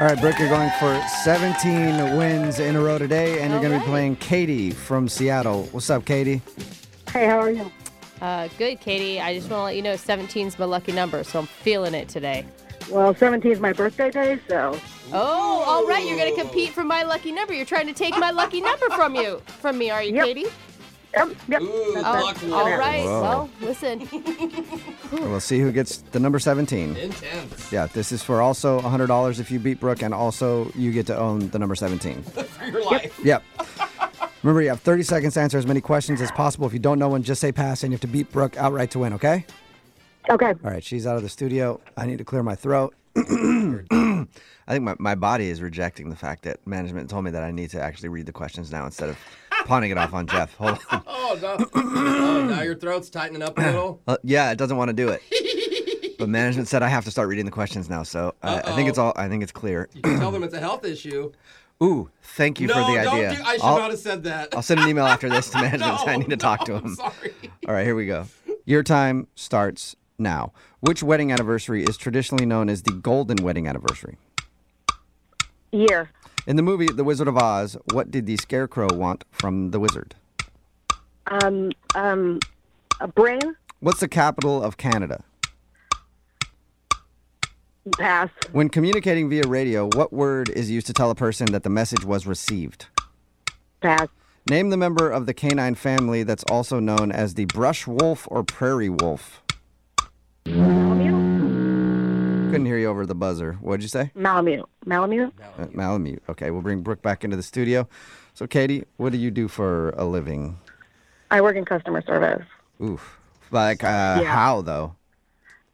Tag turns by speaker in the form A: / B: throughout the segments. A: All right, Brooke, you're going for 17 wins in a row today, and you're going to be playing Katie from Seattle. What's up, Katie?
B: Hey, how are you?
C: Uh, good, Katie. I just want to let you know 17's my lucky number, so I'm feeling it today.
B: Well, 17 is my birthday day, so
C: Oh, all right. You're going to compete for my lucky number. You're trying to take my lucky number from you, from me, are you,
B: Yep.
C: Katie?
B: yep, yep.
D: Ooh,
B: That's
C: Oh,
D: lucky
C: all
D: number.
C: right.
A: Whoa.
C: Well, listen.
A: We'll see who gets the number 17.
D: Intense.
A: Yeah, this is for also $100 if you beat Brooke, and also you get to own the number 17.
D: For your life.
A: Yep. Remember, you have 30 seconds to answer as many questions as possible. If you don't know one, just say pass, and you have to beat Brooke outright to win, okay?
B: Okay.
A: All right, she's out of the studio. I need to clear my throat. I think my, my body is rejecting the fact that management told me that I need to actually read the questions now instead of pawning it off on Jeff. Hold on.
D: Oh, no. oh, now your throat's tightening up a little.
A: Uh, yeah, it doesn't want to do it. but management said I have to start reading the questions now, so I, I think it's all. I think it's clear.
D: You can tell them it's a health issue.
A: Ooh, thank you
D: no,
A: for the
D: don't
A: idea.
D: do. I should
A: I'll-
D: not have said that.
A: I'll send an email after this to management.
D: no,
A: I need to talk to
D: no,
A: him.
D: I'm sorry.
A: All right, here we go. Your time starts now. Which wedding anniversary is traditionally known as the golden wedding anniversary?
B: Year.
A: In the movie The Wizard of Oz, what did the scarecrow want from the wizard?
B: Um, um, a brain
A: What's the capital of Canada?
B: pass.
A: When communicating via radio, what word is used to tell a person that the message was received?
B: Pass.
A: Name the member of the canine family that's also known as the brush wolf or prairie wolf.
B: Malamute.
A: Couldn't hear you over the buzzer. What'd you say?
B: Malamute. Malamute.
A: Uh, Malamute. Okay, we'll bring Brooke back into the studio. So, Katie, what do you do for a living?
B: I work in customer service,
A: Oof. Like, uh, how though?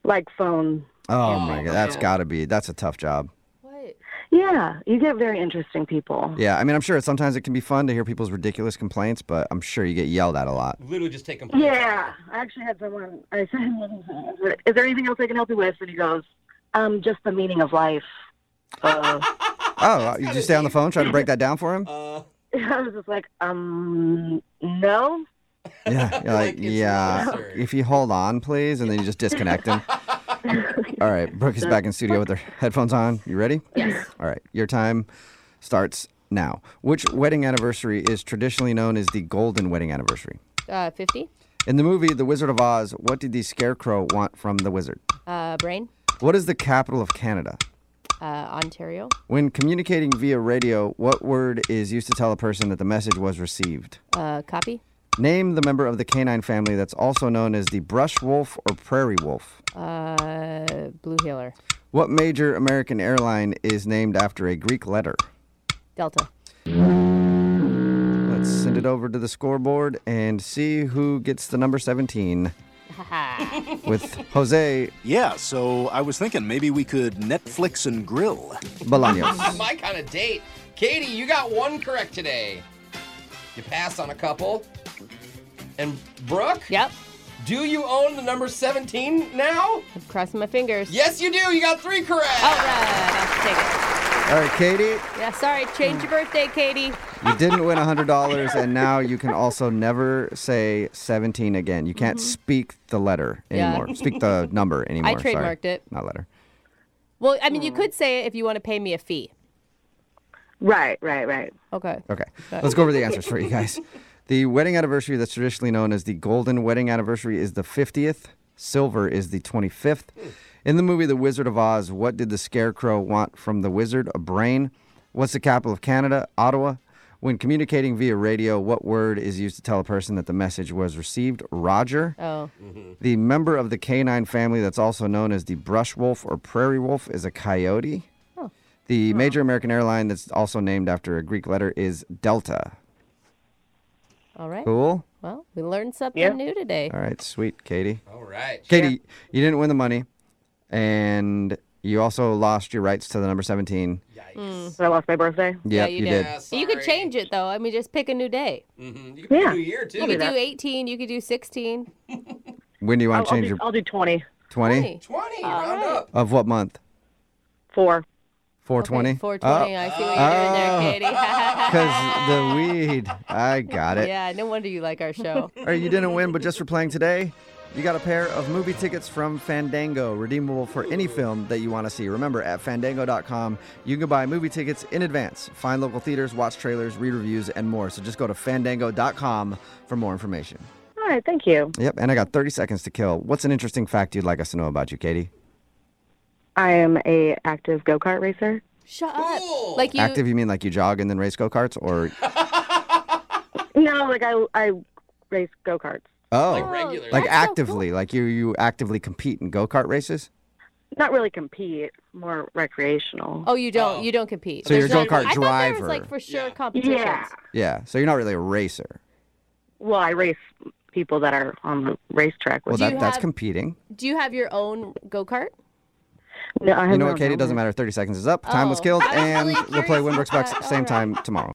B: like phone.
A: Oh, my God. That's got to be, that's a tough job.
C: What?
B: Yeah, you get very interesting people.
A: Yeah. I mean, I'm sure sometimes it can be fun to hear people's ridiculous complaints, but I'm sure you get yelled at a lot.
D: Literally just take them.
B: Yeah, I actually had someone. I said, "What is it? "Is there anything else I can help you with?" And he goes, "Um, just the meaning of life." Uh,
A: Oh, you just stay on the phone, try to break that down for him?
D: Uh,
B: I was just like, "Um, no."
A: Yeah. You're
D: Like,
A: like,
D: it's
A: yeah.
D: nicer.
A: If you hold on, please, and then you just disconnect him. All right. Brooke is back in studio with her headphones on. You ready? Yes. All right. Your time starts now. Which wedding anniversary is traditionally known as the golden wedding anniversary?
C: Uh, 50?
A: In the movie The Wizard of Oz, what did the scarecrow want from the wizard?
C: Uh, brain?
A: What is the capital of Canada?
C: Uh, Ontario?
A: When communicating via radio, what word is used to tell a person that the message was received?
C: Uh, copy?
A: Name the member of the canine family that's also known as the brush wolf or prairie wolf.
C: Uh, blue healer?
A: What major American airline is named after a Greek letter?
C: Delta?
A: Let's send it over to the scoreboard and see who gets the number 17
C: Haha.
A: with Jose
E: Yeah, so I was thinking maybe we could Netflix and grill.
A: Bolaños.
D: my kind of date. Katie, you got one correct today. You passed on a couple. And Brooke,
C: yep.
D: do you own the number 17 now?
C: I'm crossing my fingers.
D: Yes, you do. You got three correct.
C: All right. I'll take
A: All right, Katie,
C: it. Yeah, sorry. Change your birthday, Katie.
A: you didn't win $100, and now you can also never say 17 again. You can't speak the letter
C: Mm-hmm. Yeah.
A: anymore. Speak the number anymore. sorry.
C: trademarked it.
A: Not letter.
C: Well, I mean, you could say it if you want to pay me a fee.
B: Right, right, right.
C: Okay.
A: Okay. Let's go over the answers for you guys. The wedding anniversary that's traditionally known as the golden wedding anniversary is the 50th. Silver is the 25th. In the movie The Wizard of Oz, what did the scarecrow want from the wizard? A brain. What's the capital of Canada? Ottawa. When communicating via radio, what word is used to tell a person that the message was received? Roger.
C: Oh.
A: The member of the canine family that's also known as the brush wolf or prairie wolf is a coyote. The major American airline that's also named after a Greek letter is Delta.
C: All right.
A: Cool.
C: Well, we learned something
B: Yeah.
C: new today.
A: All right, sweet, Katie.
D: All right.
A: Katie, you didn't win the money, and you also lost your rights to the number 17.
D: Yikes.
B: So I lost my birthday.
A: Yep,
C: you
A: you
C: did.
A: did.
D: Yeah,
C: Hmm. You could
D: sorry.
C: change it though. I mean, just pick a new day.
D: Mhm. You can
B: Yeah.
D: do a year, too.
C: You could do 18. You could do 16.
A: When do you
B: I'll,
A: want to
B: I'll
A: change
B: do,
A: your
B: I'll do 20.
A: 20?
D: 20. round
C: right.
D: up.
A: Of what month?
B: Four.
A: 420?
C: Okay, 420. I see what you're doing there, Katie.
A: Because Oh, the weed. I got it.
C: yeah, no wonder you like our show.
A: All right, you didn't win, but just for playing today, You got a pair of movie tickets from Fandango, redeemable for any film that you want to see. Remember, at fandango.com, you can buy movie tickets in advance, find local theaters, watch trailers, read reviews, and more. So just go to fandango.com for more information.
B: All right, thank you.
A: Yep, and I got 30 seconds to kill. What's an interesting fact you'd like us to know about you, Katie?
B: I am a active go kart racer.
C: Shut up.
D: Cool.
C: Like you.
A: Active, you mean like you jog and then race go karts? Or,
B: No, like I I race go karts.
D: Like
A: oh,
D: regularly.
A: like
C: That's so
A: actively, like you, you actively compete in go kart races?
B: Not really compete, more recreational.
C: Oh, you don't.
D: Oh.
C: You don't compete.
A: So you're a
C: There's
A: go-kart
C: no- I thought there was
A: driver.
C: like for sure
D: Yeah.
C: competitions.
B: yeah.
A: Yeah, so you're not really a racer.
B: Well, I race people that are on the racetrack.
A: Well,
B: With
C: Do you
A: that, that's
C: have-
A: competing.
C: Do you have your own go kart?
B: no, I have
A: You know
B: no
A: what, Katie? It doesn't
B: helmet.
A: matter. 30 seconds is up. Time was
C: Oh.
A: killed,
C: I was
A: and
C: really
A: we'll play
C: curious
A: Winbrook's
C: about
A: Bucks
C: that.
A: same
C: All right.
A: time tomorrow.